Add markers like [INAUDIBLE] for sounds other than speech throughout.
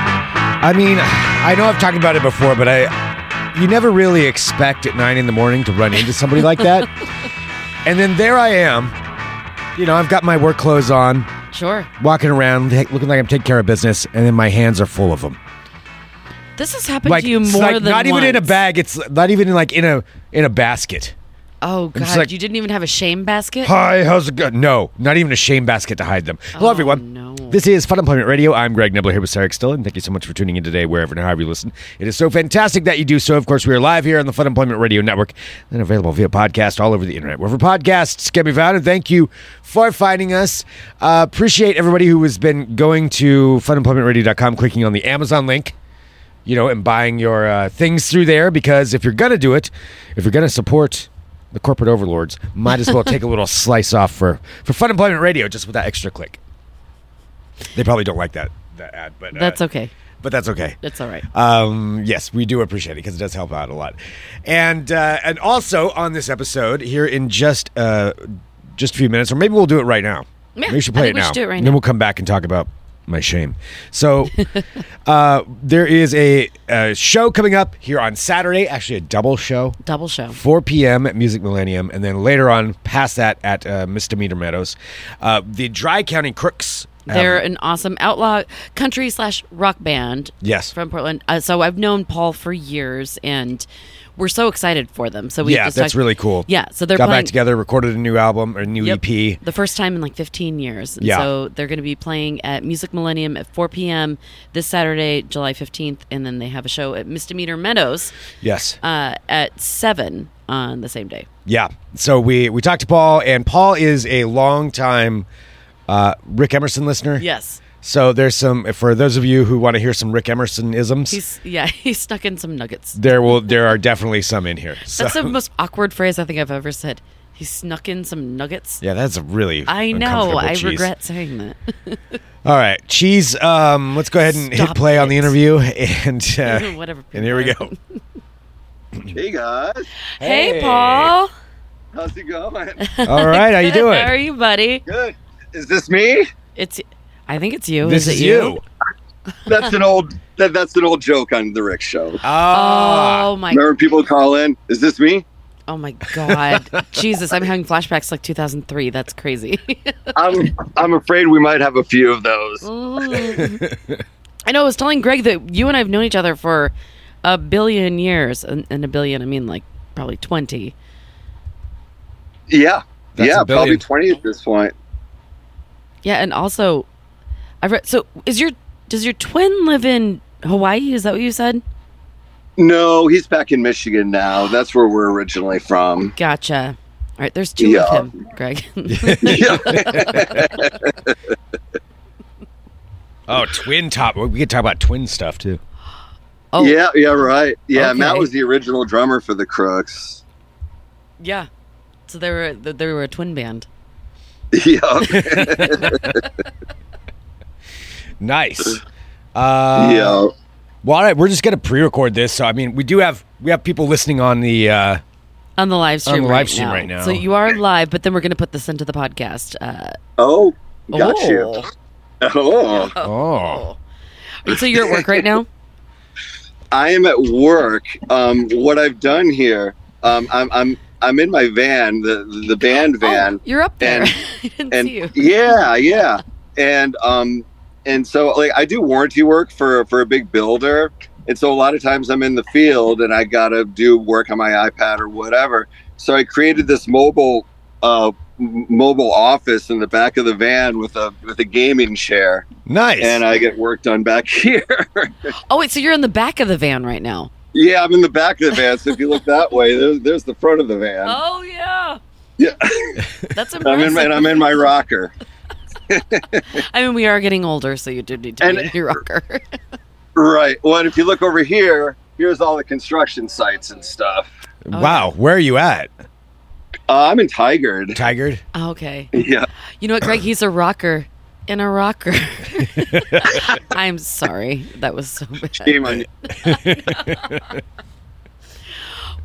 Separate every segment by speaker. Speaker 1: I mean, I know I've talked about it before, but I, you never really expect at nine in the morning to run into somebody like
Speaker 2: [LAUGHS]
Speaker 1: that. And then there I am. You know, I've got my work clothes on,
Speaker 2: Sure.
Speaker 1: walking around, heck, looking like I'm taking care of business, and then my hands are full of them.
Speaker 2: This has happened
Speaker 1: Like,
Speaker 2: to you
Speaker 1: it's
Speaker 2: more
Speaker 1: like
Speaker 2: than
Speaker 1: not even in a
Speaker 2: once.
Speaker 1: bag. It's not even like in a in a basket.
Speaker 2: Oh
Speaker 1: just
Speaker 2: God!
Speaker 1: like-
Speaker 2: you didn't even have a shame basket.
Speaker 1: Hi, how's it going? No, not even a shame basket to hide them. Hello,
Speaker 2: Oh,
Speaker 1: everyone.
Speaker 2: no.
Speaker 1: This is Fun Employment Radio. I'm Greg Nibbler here with Sarah Stillen. Thank you so much for tuning in today, wherever and however you listen. It is so fantastic that you do so. Of course, we are live here on the Fun Employment Radio Network and available via podcast all over the internet, wherever podcasts can be found. And thank you for finding us. Uh, appreciate everybody who has been going to funemploymentradio.com, clicking on the Amazon link you know, and buying your uh, things through there because if you're going to do it, if you're going to support the corporate overlords, might as well take a little slice off for, for Fun Employment Radio just with that extra click. They probably don't like that, that ad, but uh,
Speaker 2: That's okay.
Speaker 1: But that's okay.
Speaker 2: That's all right.
Speaker 1: Um, yes, we do appreciate it because it does help out a lot. And uh, and also on this episode here in just uh, just a few minutes, or maybe we'll do it right now.
Speaker 2: Yeah,
Speaker 1: maybe we should
Speaker 2: I
Speaker 1: play it
Speaker 2: think we
Speaker 1: now.
Speaker 2: should do it right
Speaker 1: and
Speaker 2: now.
Speaker 1: Then we'll come back and talk about my shame.
Speaker 2: [LAUGHS]
Speaker 1: So uh, there is a, a show coming up here on Saturday. Actually, a double show.
Speaker 2: Double show.
Speaker 1: 4 p.m. at Music Millennium, and then later on, past that at uh, Misdemeanor Meadows. Uh, the Dry County Crooks. have-
Speaker 2: They're an awesome outlaw country slash rock band.
Speaker 1: Yes.
Speaker 2: From Portland. Uh, so I've known Paul for years and we're so excited for them. So we
Speaker 1: yeah,
Speaker 2: just
Speaker 1: that's
Speaker 2: talked-
Speaker 1: really cool.
Speaker 2: Yeah. So they're
Speaker 1: got
Speaker 2: playing
Speaker 1: back together, recorded a new album or a new E
Speaker 2: Yep.
Speaker 1: EP.
Speaker 2: The first time in like 15 years. And
Speaker 1: Yeah.
Speaker 2: So they're going to be playing at Music Millennium at 4 p.m. this Saturday, July 15th. And then they have a show at Misdemeanor Meadows
Speaker 1: Yes.
Speaker 2: uh, at 7 on the same day.
Speaker 1: yeah. So we we talked to Paul, and Paul is a longtime uh, Rick Emerson listener.
Speaker 2: Yes.
Speaker 1: So there's some for those of you who want to hear some Rick Emerson isms.
Speaker 2: He's, yeah, [LAUGHS] he snuck in some nuggets.
Speaker 1: There will there are definitely some in here. So,
Speaker 2: That's the most awkward phrase I think I've ever said. He snuck in some nuggets.
Speaker 1: yeah, that's a really
Speaker 2: I know.
Speaker 1: uncomfortable
Speaker 2: I
Speaker 1: cheese.
Speaker 2: regret saying that. [LAUGHS]
Speaker 1: All right, cheese. Um, let's go ahead and hit
Speaker 2: Stop
Speaker 1: play on the
Speaker 2: it.
Speaker 1: interview, and uh,
Speaker 2: [LAUGHS] Whatever
Speaker 1: And here we
Speaker 2: people
Speaker 1: go.
Speaker 2: are.
Speaker 3: Hey guys,
Speaker 2: [LAUGHS] hey, Paul.
Speaker 3: how's it going? [LAUGHS]
Speaker 1: All right, how you
Speaker 2: Good.
Speaker 1: doing?
Speaker 2: [LAUGHS] How are you, buddy?
Speaker 3: Good. Is this me?
Speaker 2: It's. I think it's you.
Speaker 1: This
Speaker 2: it
Speaker 1: is you.
Speaker 3: That's an old that, that's an old joke on the Rick Show.
Speaker 1: Ah.
Speaker 2: Oh my.
Speaker 3: Remember when people call in? Is this me?
Speaker 2: Oh my
Speaker 1: [LAUGHS]
Speaker 2: God. Jesus, I'm having flashbacks like 2003. That's crazy. [LAUGHS]
Speaker 3: I'm I'm afraid we might have a few of those.
Speaker 2: Mm. I know. I was telling Greg that you and I have known each other for a billion years, and, and a billion, I mean like probably 20.
Speaker 3: Yeah,
Speaker 1: That's
Speaker 3: yeah,
Speaker 1: a billion.
Speaker 3: probably twenty at this point.
Speaker 2: Yeah, and also, I read. So, is your does your twin live in Hawaii? Is that what you said?
Speaker 3: No, he's back in Michigan now. That's where we're originally from.
Speaker 2: Gotcha. All right, there's two
Speaker 3: Yeah.
Speaker 2: of him, Greg. [LAUGHS]
Speaker 3: Yeah.
Speaker 1: Oh, twin top. We could talk about twin stuff too.
Speaker 2: Oh.
Speaker 3: yeah, yeah, right. Yeah,
Speaker 2: Okay.
Speaker 3: Matt was the original drummer for the Crooks. [LAUGHS]
Speaker 2: yeah. So they were they were a twin band.
Speaker 3: Yeah,
Speaker 1: Nice. Uh,
Speaker 3: yeah.
Speaker 1: Well, all right, we're just gonna pre-record this. So, I mean, we do have we have people listening on the. Uh,
Speaker 2: On the live stream,
Speaker 1: the
Speaker 2: right,
Speaker 1: live stream
Speaker 2: now.
Speaker 1: right now.
Speaker 2: So you are live, but then we're going to put this into the podcast. Uh,
Speaker 3: Oh, got
Speaker 2: oh.
Speaker 3: you. Oh.
Speaker 1: oh,
Speaker 2: So you're at work right now?
Speaker 3: I am at work. Um, what I've done here, um, I'm, I'm I'm in my van, the the band van,
Speaker 2: Oh, you're up there.
Speaker 3: [LAUGHS]
Speaker 2: [LAUGHS]
Speaker 3: And-
Speaker 2: I didn't
Speaker 3: and
Speaker 2: see you.
Speaker 3: [LAUGHS] yeah, yeah, and um, and so like I do warranty work for for a big builder, and so a lot of times I'm in the field and I gotta do work on my iPad or whatever. So I created this mobile uh, m- mobile office in the back of the van with a with a gaming chair,
Speaker 1: nice.
Speaker 3: and uh, I get work done back [LAUGHS] here.
Speaker 2: Oh wait, so you're in the back of the van right now?
Speaker 3: Yeah, I'm in the back of the van. So if you look that way, there's, there's the front of the van.
Speaker 2: oh yeah.
Speaker 3: Yeah.
Speaker 2: [LAUGHS] That's
Speaker 3: [LAUGHS] I'm
Speaker 2: impressive.
Speaker 3: in my, and I'm in my rocker.
Speaker 2: I mean, we are getting older, so you do need to
Speaker 3: And-
Speaker 2: be in your
Speaker 3: [LAUGHS]
Speaker 2: rocker. [LAUGHS]
Speaker 3: Right. Well, and if you look over here, here's all the construction sites and stuff.
Speaker 1: wow, where are you at,
Speaker 3: Uh, I'm in Tigard.
Speaker 1: Tigered?
Speaker 2: Oh, okay.
Speaker 3: [LAUGHS] Yeah.
Speaker 2: You know what, Greg? He's a rocker in a rocker. [LAUGHS] I'm sorry. That was so bad.
Speaker 3: Shame on you.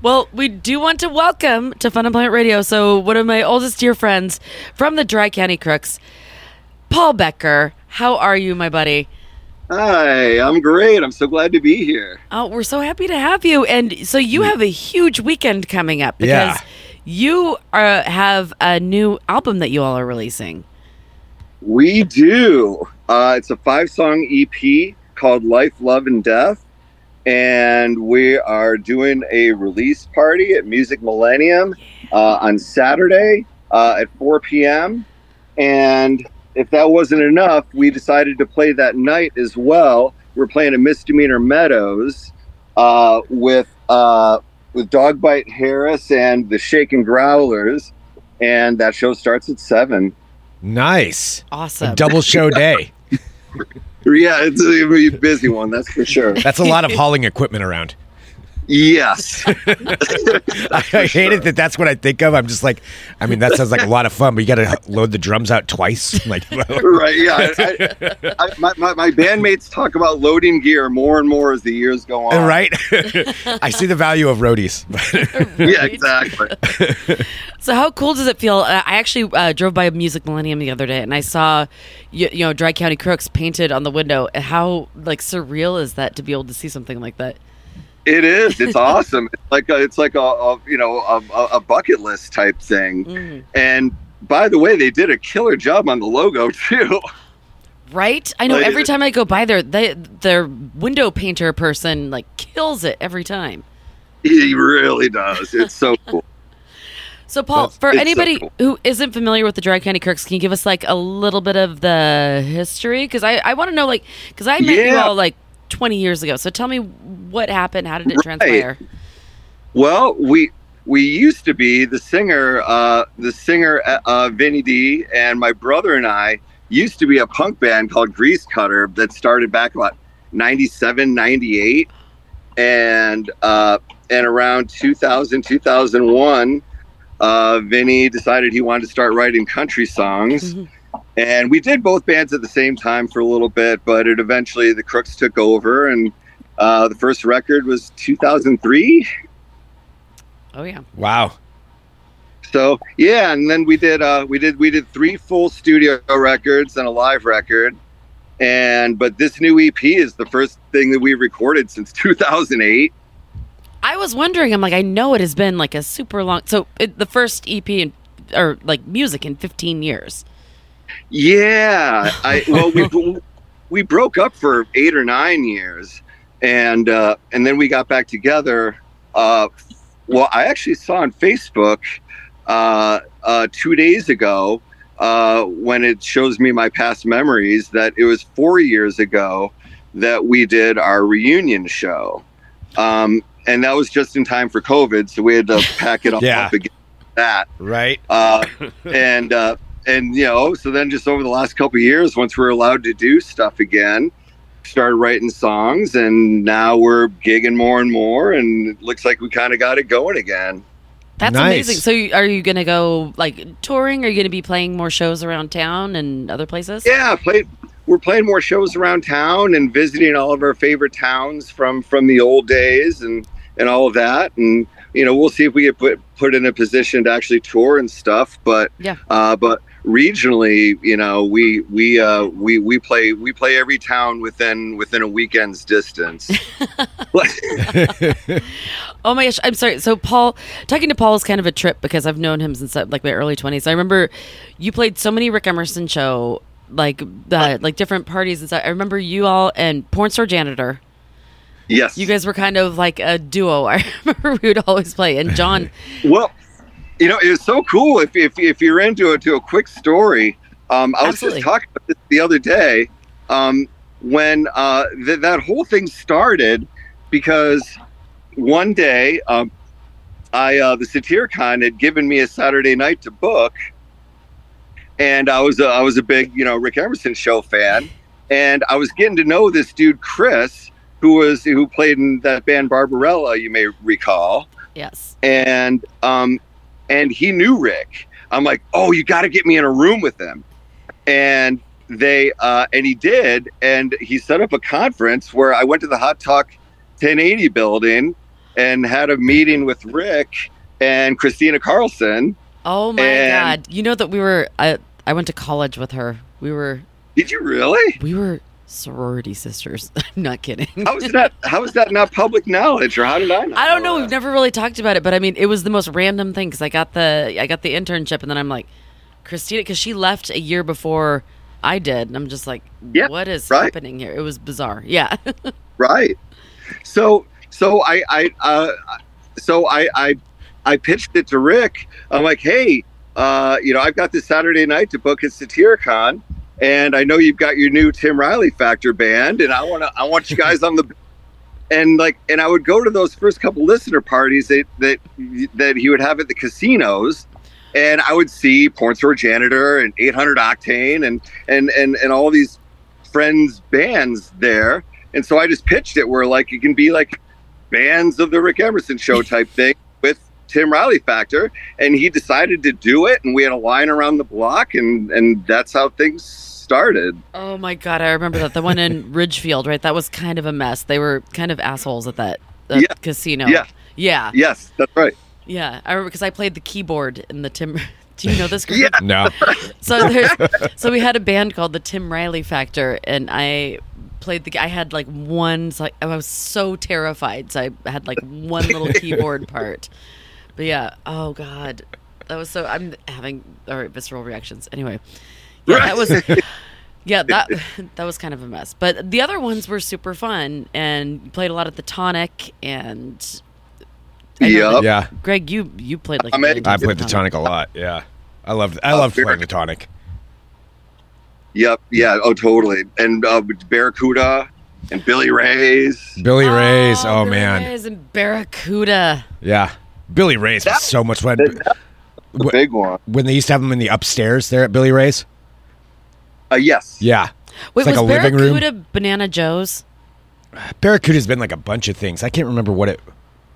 Speaker 2: Well, we do want to welcome to Fun Employment Radio. So, one of my oldest dear friends from the Dry County Crooks, Paul Becker. How are you, my buddy?
Speaker 3: Hi, I'm great. I'm so glad to be here.
Speaker 2: Oh, we're so happy to have you. And so you have a huge weekend coming up
Speaker 1: Mm. Yeah.
Speaker 2: because you are, have a new album that you all are releasing.
Speaker 3: We do. Uh, it's a five song EP called Life, Love, and Death. And we are doing a release party at Music Millennium uh, on Saturday uh, at 4 p.m. And if that wasn't enough, we decided to play that night as well. We're playing at Misdemeanor Meadows uh, with uh, with Dogbite Harris and the Shaken Growlers, and that show starts at seven.
Speaker 1: Nice.
Speaker 2: Awesome.
Speaker 1: A double show day.
Speaker 3: Yeah, it's gonna be a busy one, that's for sure.
Speaker 1: That's a lot of hauling equipment around.
Speaker 3: Yes. [LAUGHS]
Speaker 1: [LAUGHS] I, I hate it that that's what I think of. I'm just like, I mean, that sounds like a lot of fun, but you got to load the drums out twice. [LAUGHS] Like,
Speaker 3: Right. Yeah. I, I, I, my, my, my bandmates talk about loading gear more and more as the years go on.
Speaker 1: right? [LAUGHS] I see the value of roadies. [LAUGHS]
Speaker 3: Yeah, exactly.
Speaker 2: So how cool does it feel? Uh, I actually uh, drove by Music Millennium the other day, and I saw, you, you know, Dry County Crooks painted on the window. How like surreal is that to be able to see something like that?
Speaker 3: It is. It's awesome. It's like a, it's like a, a you know a, a- a bucket list type thing.
Speaker 2: Mm.
Speaker 3: And by the way, they did a killer job on the logo [LAUGHS] too.
Speaker 2: Right? I know.
Speaker 3: Like,
Speaker 2: Every
Speaker 3: it-
Speaker 2: time I go by there, they, their window painter person like kills it every time.
Speaker 3: he really does. It's so cool.
Speaker 2: So, Paul,
Speaker 3: That's-
Speaker 2: for
Speaker 3: it's so
Speaker 2: anybody
Speaker 3: cool.
Speaker 2: who isn't familiar with the Dry County Kirks, can you give us like a little bit of the history? Because I, I want to know, like, because I met you
Speaker 3: Yeah.
Speaker 2: all like 20 years ago. So tell me what happened. How did it
Speaker 3: Right.
Speaker 2: transpire?
Speaker 3: Well, we we used to be the singer, uh, the singer uh, uh, Vinny D, and my brother and I used to be a punk band called Grease Cutter that started back about 97, 98. and uh, and around 2000, 2001, uh, Vinny decided he wanted to start writing country songs.
Speaker 2: Mhm.
Speaker 3: And we did both bands at the same time for a little bit, but it eventually the Crooks took over, and uh, the first record was 2003.
Speaker 2: Oh, yeah.
Speaker 1: wow.
Speaker 3: So yeah, and then we did uh, we did we did three full studio records and a live record, and but this new EP is the first thing that we recorded since [LAUGHS] 2008.
Speaker 2: I was wondering, I'm like, I know it has been like a super long. So, it, the first EP in, or like music in 15 years.
Speaker 3: Yeah, I well we we broke up for eight or nine years, and uh, and then we got back together. Uh, well, I actually saw on Facebook uh, uh, two days ago uh, when it shows me my past memories that it was four years ago that we did our reunion show, um, and that was just in time for COVID, so we had to pack it all
Speaker 1: Yeah.
Speaker 3: up again. That
Speaker 1: Right.
Speaker 3: uh, and uh, and you know, so then just over the last couple of years, once we were allowed to do stuff again, started writing songs, and now we're gigging more and more, and it looks like we kind of got it going again.
Speaker 2: That's
Speaker 1: Nice.
Speaker 2: amazing. So, you- are you going to go like touring? Are you going to be playing more shows around town and other places?
Speaker 3: Yeah, played. We're playing more shows around town and visiting all of our favorite towns from from the old days and and all of that. And you know, we'll see if we get put put in a position to actually tour and stuff. But
Speaker 2: Yeah.
Speaker 3: uh, but regionally, you know, we we uh, we we play we play every town within within a
Speaker 2: [LAUGHS]
Speaker 3: weekend's distance.
Speaker 2: Oh my gosh, I'm sorry. So Paul, talking to Paul is kind of a trip because I've known him since uh, like my early 20s. I remember you played so many Rick Emerson show like the like different parties and stuff. I remember you all and porn store janitor.
Speaker 3: yes,
Speaker 2: You guys were kind of like a duo. [LAUGHS] I remember we would always play and John.
Speaker 3: Well, you know, it's so cool. If if, if you're into it, to a quick story. Um, I was
Speaker 2: Absolutely.
Speaker 3: just talking about this the other day um, when uh, th- that whole thing started because one day um, I uh, the Satyricon had given me a Saturday night to book, and I was a, I was a big you know Rick Emerson show fan, and I was getting to know this dude Chris who was who played in that band Barbarella you may recall
Speaker 2: Yes.
Speaker 3: and um, and he knew Rick. I'm like, oh, you got to get me in a room with him, and they uh, and he did, and he set up a conference where I went to the Hot Talk 1080 building and had a meeting with Rick and Christina Carlson.
Speaker 2: Oh my
Speaker 3: And-
Speaker 2: god. You know that we were I I went to college with her. We were
Speaker 3: Did you really?
Speaker 2: we were sorority sisters. [LAUGHS] I'm not kidding.
Speaker 3: How is that? How is that not public knowledge? Or how did I? Not
Speaker 2: I don't know.
Speaker 3: that?
Speaker 2: We've never really talked about it, but I mean, it was the most random thing because I got the I got the internship, and then I'm like, Christina, because she left a year before I did, and I'm just like,
Speaker 3: Yeah,
Speaker 2: what is
Speaker 3: right.
Speaker 2: happening here? It was bizarre. [LAUGHS] Yeah,
Speaker 3: Right. So so I I uh, so I I I pitched it to Rick. I'm like, hey, uh, you know, I've got this Saturday night to book at Satyricon, and I know you've got your new Tim Riley Factor band, and I want to I want you guys on the and like and I would go to those first couple listener parties that that that he would have at the casinos. And I would see Porn Store Janitor and 800 Octane and and and and all these friends bands there, and so I just pitched it where like it can be like bands of the Rick
Speaker 1: [LAUGHS]
Speaker 3: Emerson show type thing with Tim Riley factor. And he decided to do it and we had a line around the block and and that's how things started.
Speaker 2: Oh my god, I remember that. The one
Speaker 3: [LAUGHS]
Speaker 2: in Ridgefield, right? That was kind of a mess. They were kind of assholes at that uh,
Speaker 3: Yeah.
Speaker 2: casino.
Speaker 3: Yeah.
Speaker 2: yeah,
Speaker 3: Yes, that's right.
Speaker 2: yeah. I remember because I played the keyboard in the Tim. [LAUGHS] Do you know this group?
Speaker 3: Yeah.
Speaker 1: No.
Speaker 2: So there's, so we had a band called the Tim Riley Factor, and I played the. I had like one. So I was so terrified. So I had like one
Speaker 1: [LAUGHS]
Speaker 2: little keyboard part. But yeah. Oh god, that was so. I'm having all right visceral reactions. Anyway, yeah, that was.
Speaker 1: [LAUGHS]
Speaker 2: Yeah, that that was kind of a mess. But the other ones were super fun and played a lot at the Tonic and I know
Speaker 3: Yup.
Speaker 2: that-
Speaker 1: Yeah.
Speaker 2: Greg, you you played like a
Speaker 3: I'm at-
Speaker 2: million
Speaker 1: I
Speaker 2: times
Speaker 1: played
Speaker 2: at
Speaker 1: the tonic a lot. Yeah. I loved
Speaker 2: Oh,
Speaker 1: I loved
Speaker 3: very
Speaker 1: playing the
Speaker 3: good.
Speaker 1: tonic.
Speaker 3: Yep. Yeah. Oh, totally. And uh, Barracuda and Billy Ray's.
Speaker 1: Billy Ray's. Oh,
Speaker 2: Billy
Speaker 1: man.
Speaker 2: Ray's and Barracuda.
Speaker 1: Yeah. Billy Ray's was
Speaker 3: That-
Speaker 1: so much fun.
Speaker 3: The
Speaker 1: Wh-
Speaker 3: big one.
Speaker 1: When they used to have them in the upstairs there at Billy Ray's.
Speaker 3: Uh, yes.
Speaker 1: Yeah.
Speaker 2: Wait,
Speaker 1: like
Speaker 2: was
Speaker 1: a living room.
Speaker 2: Barracuda Banana Joe's?
Speaker 1: Barracuda's been like a bunch of things. I can't remember what it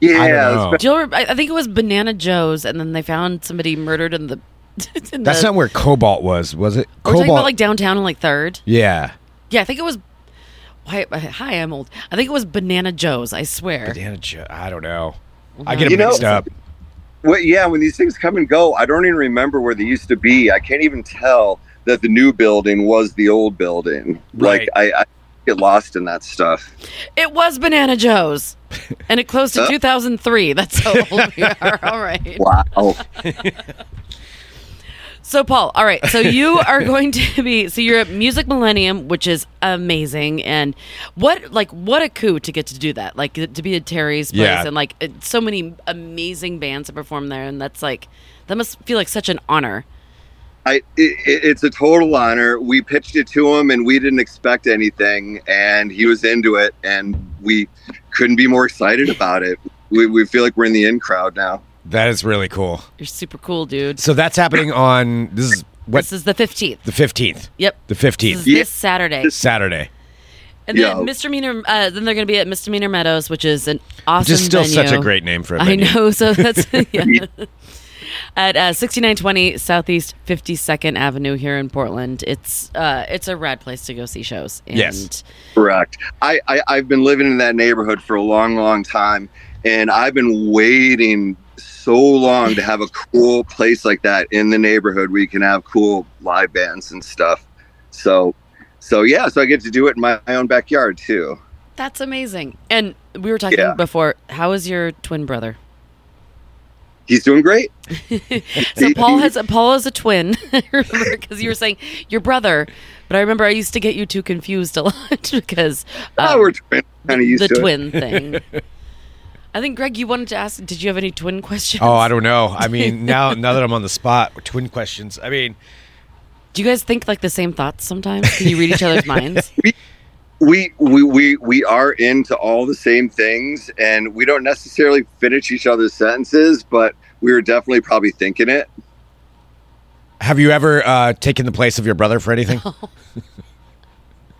Speaker 3: Yeah.
Speaker 1: I don't know.
Speaker 2: Do you remember, I, I think it was Banana Joe's, and then they found somebody murdered in the. [LAUGHS] in
Speaker 1: That's
Speaker 2: the,
Speaker 1: not where Cobalt was, was it?
Speaker 2: Oh, We're talking
Speaker 1: Cobalt.
Speaker 2: about like downtown and like third.
Speaker 1: yeah.
Speaker 2: Yeah, I think it was. Why, hi, I'm old. I think it was Banana Joe's. I swear.
Speaker 1: Banana Joe. I don't know. I get
Speaker 3: You
Speaker 1: it
Speaker 3: know-
Speaker 1: mixed up.
Speaker 3: Well, yeah, when these things come and go, I don't even remember where they used to be. I can't even tell that the new building was the old building.
Speaker 1: Right.
Speaker 3: Like I, I get lost in that stuff.
Speaker 2: It was Banana Joe's, and it
Speaker 1: [LAUGHS]
Speaker 2: closed in
Speaker 3: Huh?
Speaker 2: 2003. That's how old we are. [LAUGHS] All right.
Speaker 3: Wow.
Speaker 2: So, Paul, all right.
Speaker 1: [LAUGHS]
Speaker 2: So, you are going to be, so you're at Music Millennium, which is amazing. And what, like, what a coup to get to do that. Like, to be at Terry's place
Speaker 1: Yeah.
Speaker 2: and, like, it- so many amazing bands that perform there. And that's like, that must feel like such an honor.
Speaker 3: I, it, it- it's a total honor. We pitched it to him and we didn't expect anything, and he was into it, and we couldn't be more excited about it. We, we feel like we're in the in crowd now.
Speaker 1: That is really cool.
Speaker 2: You're super cool, dude.
Speaker 1: So that's happening on this is what
Speaker 2: This is the 15th.
Speaker 1: the fifteenth.
Speaker 2: Yep.
Speaker 1: The
Speaker 2: This is
Speaker 1: fifteenth.
Speaker 3: Yeah.
Speaker 2: this Saturday.
Speaker 1: Saturday.
Speaker 2: And then
Speaker 3: Yeah.
Speaker 2: Misdemeanor, uh, then they're going to be at Misdemeanor Meadows, which is an awesome
Speaker 1: Just still
Speaker 2: venue.
Speaker 1: such a great name for a
Speaker 2: I
Speaker 1: venue.
Speaker 2: know. So
Speaker 3: [LAUGHS]
Speaker 2: that's yeah. at uh, 6920 Southeast 52nd Avenue here in Portland. It's uh, it's a rad place to go see shows. And
Speaker 1: Yes.
Speaker 3: Correct. I, I I've been living in that neighborhood for a long, long time, and I've been waiting so long to have a cool place like that in the neighborhood where you can have cool live bands and stuff. So, so yeah, so I get to do it in my, my own backyard too.
Speaker 2: that's amazing. And we were talking
Speaker 3: Yeah.
Speaker 2: before. How is your twin
Speaker 3: [LAUGHS]
Speaker 2: brother?
Speaker 3: He's doing great.
Speaker 2: So Paul has Paul is a twin. [LAUGHS] remember because you were saying your brother, but I remember I used to get you two confused a lot [LAUGHS] because
Speaker 3: oh,
Speaker 2: um,
Speaker 3: we're twin. Kind of used
Speaker 2: the
Speaker 3: to it.
Speaker 2: twin thing. I think Greg, you wanted to ask. Did you have any twin questions?
Speaker 1: Oh, I don't know. I
Speaker 2: [LAUGHS]
Speaker 1: mean, now now that I'm on the spot, twin questions. I mean,
Speaker 2: Do you guys think like the same thoughts sometimes? Can you read each
Speaker 1: [LAUGHS]
Speaker 2: other's minds?
Speaker 3: we we we we are into all the same things and we don't necessarily finish each other's sentences but we were definitely probably thinking it
Speaker 1: have you ever uh, taken the place of your brother for
Speaker 2: [LAUGHS]
Speaker 1: anything?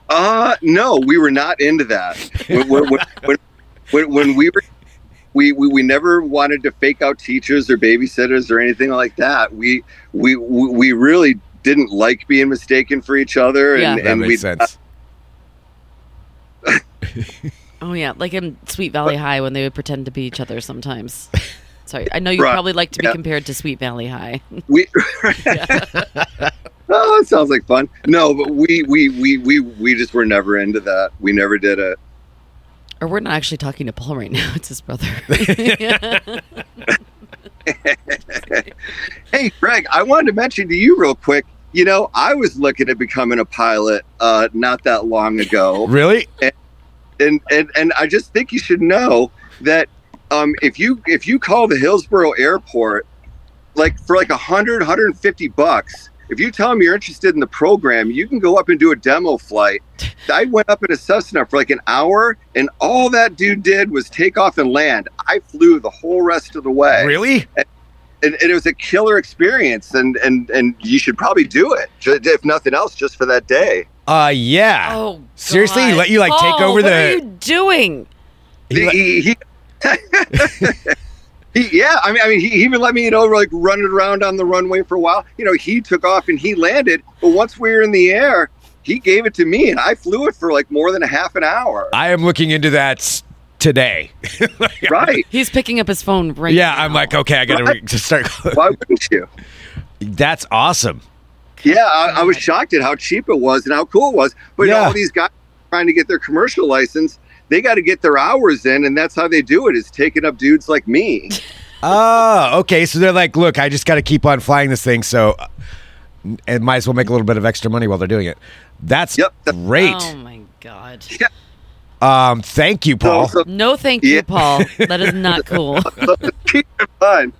Speaker 3: uh no we were not into that when, when, when- when, when, when we were we, we, we never wanted to fake out teachers or babysitters or anything like that we we we we really didn't like being mistaken for each other and,
Speaker 2: Yeah.
Speaker 3: and
Speaker 1: That
Speaker 3: we uh,
Speaker 1: makes sense.
Speaker 2: Oh yeah, like in Sweet Valley High when they would pretend to be each other sometimes. Sorry, I know you
Speaker 3: Right,
Speaker 2: probably like to be
Speaker 3: yeah.
Speaker 2: compared to Sweet Valley High.
Speaker 3: we Oh, it sounds like fun. No, but we we we we we just were never into that. We never did it.
Speaker 2: [LAUGHS] Or we're not actually talking to Paul right now. It's his
Speaker 1: [LAUGHS]
Speaker 2: brother.
Speaker 1: Oh,
Speaker 3: Hey, Greg, I wanted to mention to you real quick. You know, I was looking at becoming a pilot uh, not that long ago,
Speaker 1: Really?
Speaker 3: and and and I just think you should know that um, if you if you call the Hillsborough Airport, like for like 100, 150 bucks, if you tell them you're interested in the program, you can go up and do a demo flight. I went up in a Cessna for like an hour, and all that dude did was take off and land. I flew the whole rest of the way
Speaker 1: Really?
Speaker 3: and, and it was a killer experience and and and you should probably do it ju- if nothing else just for that day
Speaker 1: Uh, yeah.
Speaker 2: [LAUGHS] oh,
Speaker 1: Seriously? He
Speaker 2: God.
Speaker 1: let you, like, take
Speaker 2: Paul,
Speaker 1: over
Speaker 2: What
Speaker 1: the-
Speaker 2: are you doing?
Speaker 1: He
Speaker 3: he,
Speaker 1: let-
Speaker 3: he, he- [LAUGHS] he- yeah i mean i mean he even let me you know like running around on the runway for a while you know he took off and he landed but once we were in the air he gave it to me and i flew it for like more than a half an hour
Speaker 1: I am looking into that s-
Speaker 2: [LAUGHS]
Speaker 1: today.
Speaker 3: right
Speaker 2: He's picking up his phone
Speaker 1: [LAUGHS]
Speaker 2: right
Speaker 1: yeah,
Speaker 2: now.
Speaker 1: I'm like, "Oh, okay, I gotta re- just start. [LAUGHS]
Speaker 3: why wouldn't you
Speaker 1: That's awesome.
Speaker 3: Yeah, I, I was shocked at how cheap it was and how cool it was. But
Speaker 1: Yeah.
Speaker 3: all these guys trying to get their commercial license, they got to get their hours in, and that's how they do it: is taking up dudes like me.
Speaker 1: Oh, okay. So they're like, look, I just got to keep on flying this thing, so uh, and might as well make a little bit of extra money while they're doing it. That's
Speaker 3: Yep.
Speaker 1: great.
Speaker 2: Oh, my God. Oh.
Speaker 1: Um, thank you, Paul.
Speaker 3: So,
Speaker 2: No, thank
Speaker 3: Yeah.
Speaker 2: you, Paul. That is
Speaker 1: [LAUGHS]
Speaker 2: not cool.
Speaker 3: so keep it fun.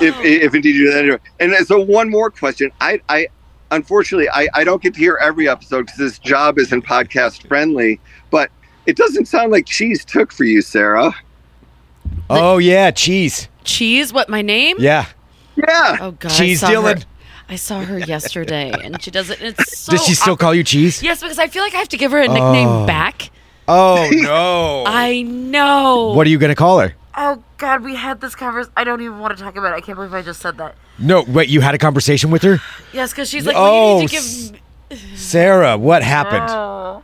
Speaker 3: If,
Speaker 2: Oh.
Speaker 3: if indeed you do that anyway. And then- so one more question. I, I unfortunately I, I don't get to hear every episode because this job isn't podcast friendly. But it doesn't sound like cheese took for you, Sarah.
Speaker 1: Oh yeah, cheese.
Speaker 2: Cheese? What, my name?
Speaker 1: Yeah.
Speaker 3: Yeah.
Speaker 2: Oh, God.
Speaker 1: Cheese
Speaker 2: I saw her-
Speaker 1: Dylan.
Speaker 2: I saw her yesterday, and she doesn't.
Speaker 1: [LAUGHS]
Speaker 2: It's so
Speaker 1: Does she still
Speaker 2: awkward.
Speaker 1: call you cheese?
Speaker 2: Yes, because I feel like I have to give her a nickname
Speaker 1: Oh.
Speaker 2: back.
Speaker 1: Oh no.
Speaker 2: I know.
Speaker 1: What are you gonna call her?
Speaker 2: Oh God, we had this conversation. I don't even want to talk about it. I can't believe I just said that.
Speaker 1: No, wait. You had a conversation with her,
Speaker 2: Yes, because she's like, well, you need to
Speaker 1: Oh,
Speaker 2: give.
Speaker 1: Sarah. What happened?
Speaker 2: Oh,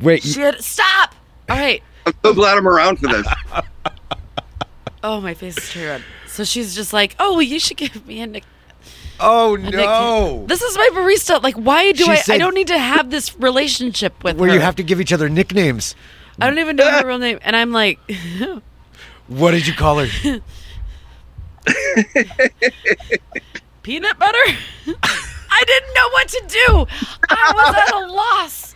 Speaker 1: Wait.
Speaker 2: she had stop. All right.
Speaker 3: I'm so glad I'm around for
Speaker 2: [LAUGHS]
Speaker 3: this.
Speaker 2: Oh, my face is too red. So she's just like, oh, well, you should give me a nick.
Speaker 1: oh
Speaker 2: a nickname. This is my barista. Like, why do
Speaker 1: She
Speaker 2: I? I
Speaker 1: said-
Speaker 2: don't need to have this relationship with
Speaker 1: Where
Speaker 2: her.
Speaker 1: you have to give each other nicknames.
Speaker 2: I don't even know her real name, and I'm like, [LAUGHS]
Speaker 1: What did you call her?
Speaker 2: peanut butter? [LAUGHS] I didn't know what to do. I was at a loss.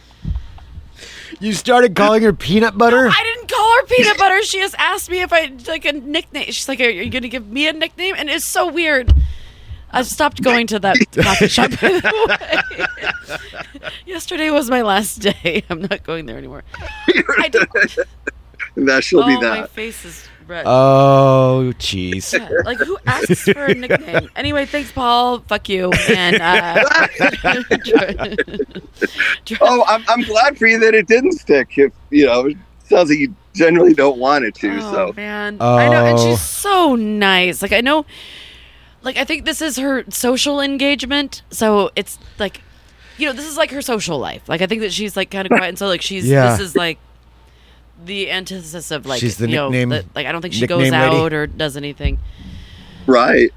Speaker 1: you started calling her peanut butter.
Speaker 2: I didn't call her peanut butter. She just asked me if I like a nickname. She's like, "Are you going to give me a nickname?" And it's so weird. I stopped going to that coffee shop. [LAUGHS] By the way. Yesterday was my last day. I'm not going there anymore. I did.
Speaker 3: And that she'll
Speaker 2: oh,
Speaker 3: be
Speaker 2: my
Speaker 3: that.
Speaker 2: face is red.
Speaker 1: [LAUGHS] oh, cheese.
Speaker 2: Yeah, like who asks for a nickname? Anyway, thanks, Paul. Fuck you. And uh, [LAUGHS] try- try-
Speaker 3: Oh, I'm, I'm glad for you that it didn't stick. If you know, it sounds like you generally don't want it to.
Speaker 2: Oh
Speaker 3: so
Speaker 2: man, I know, and
Speaker 1: Oh.
Speaker 2: she's so nice. Like I know, like I think this is her social engagement. So it's like, you know, this is like her social life. Like I think that she's like kind of quiet, and so like she's
Speaker 1: Yeah.
Speaker 2: this is like the antithesis of like
Speaker 1: She's the
Speaker 2: you know,
Speaker 1: nickname-
Speaker 2: the- like I don't think she goes
Speaker 1: nickname lady.
Speaker 2: out or does anything.
Speaker 3: right.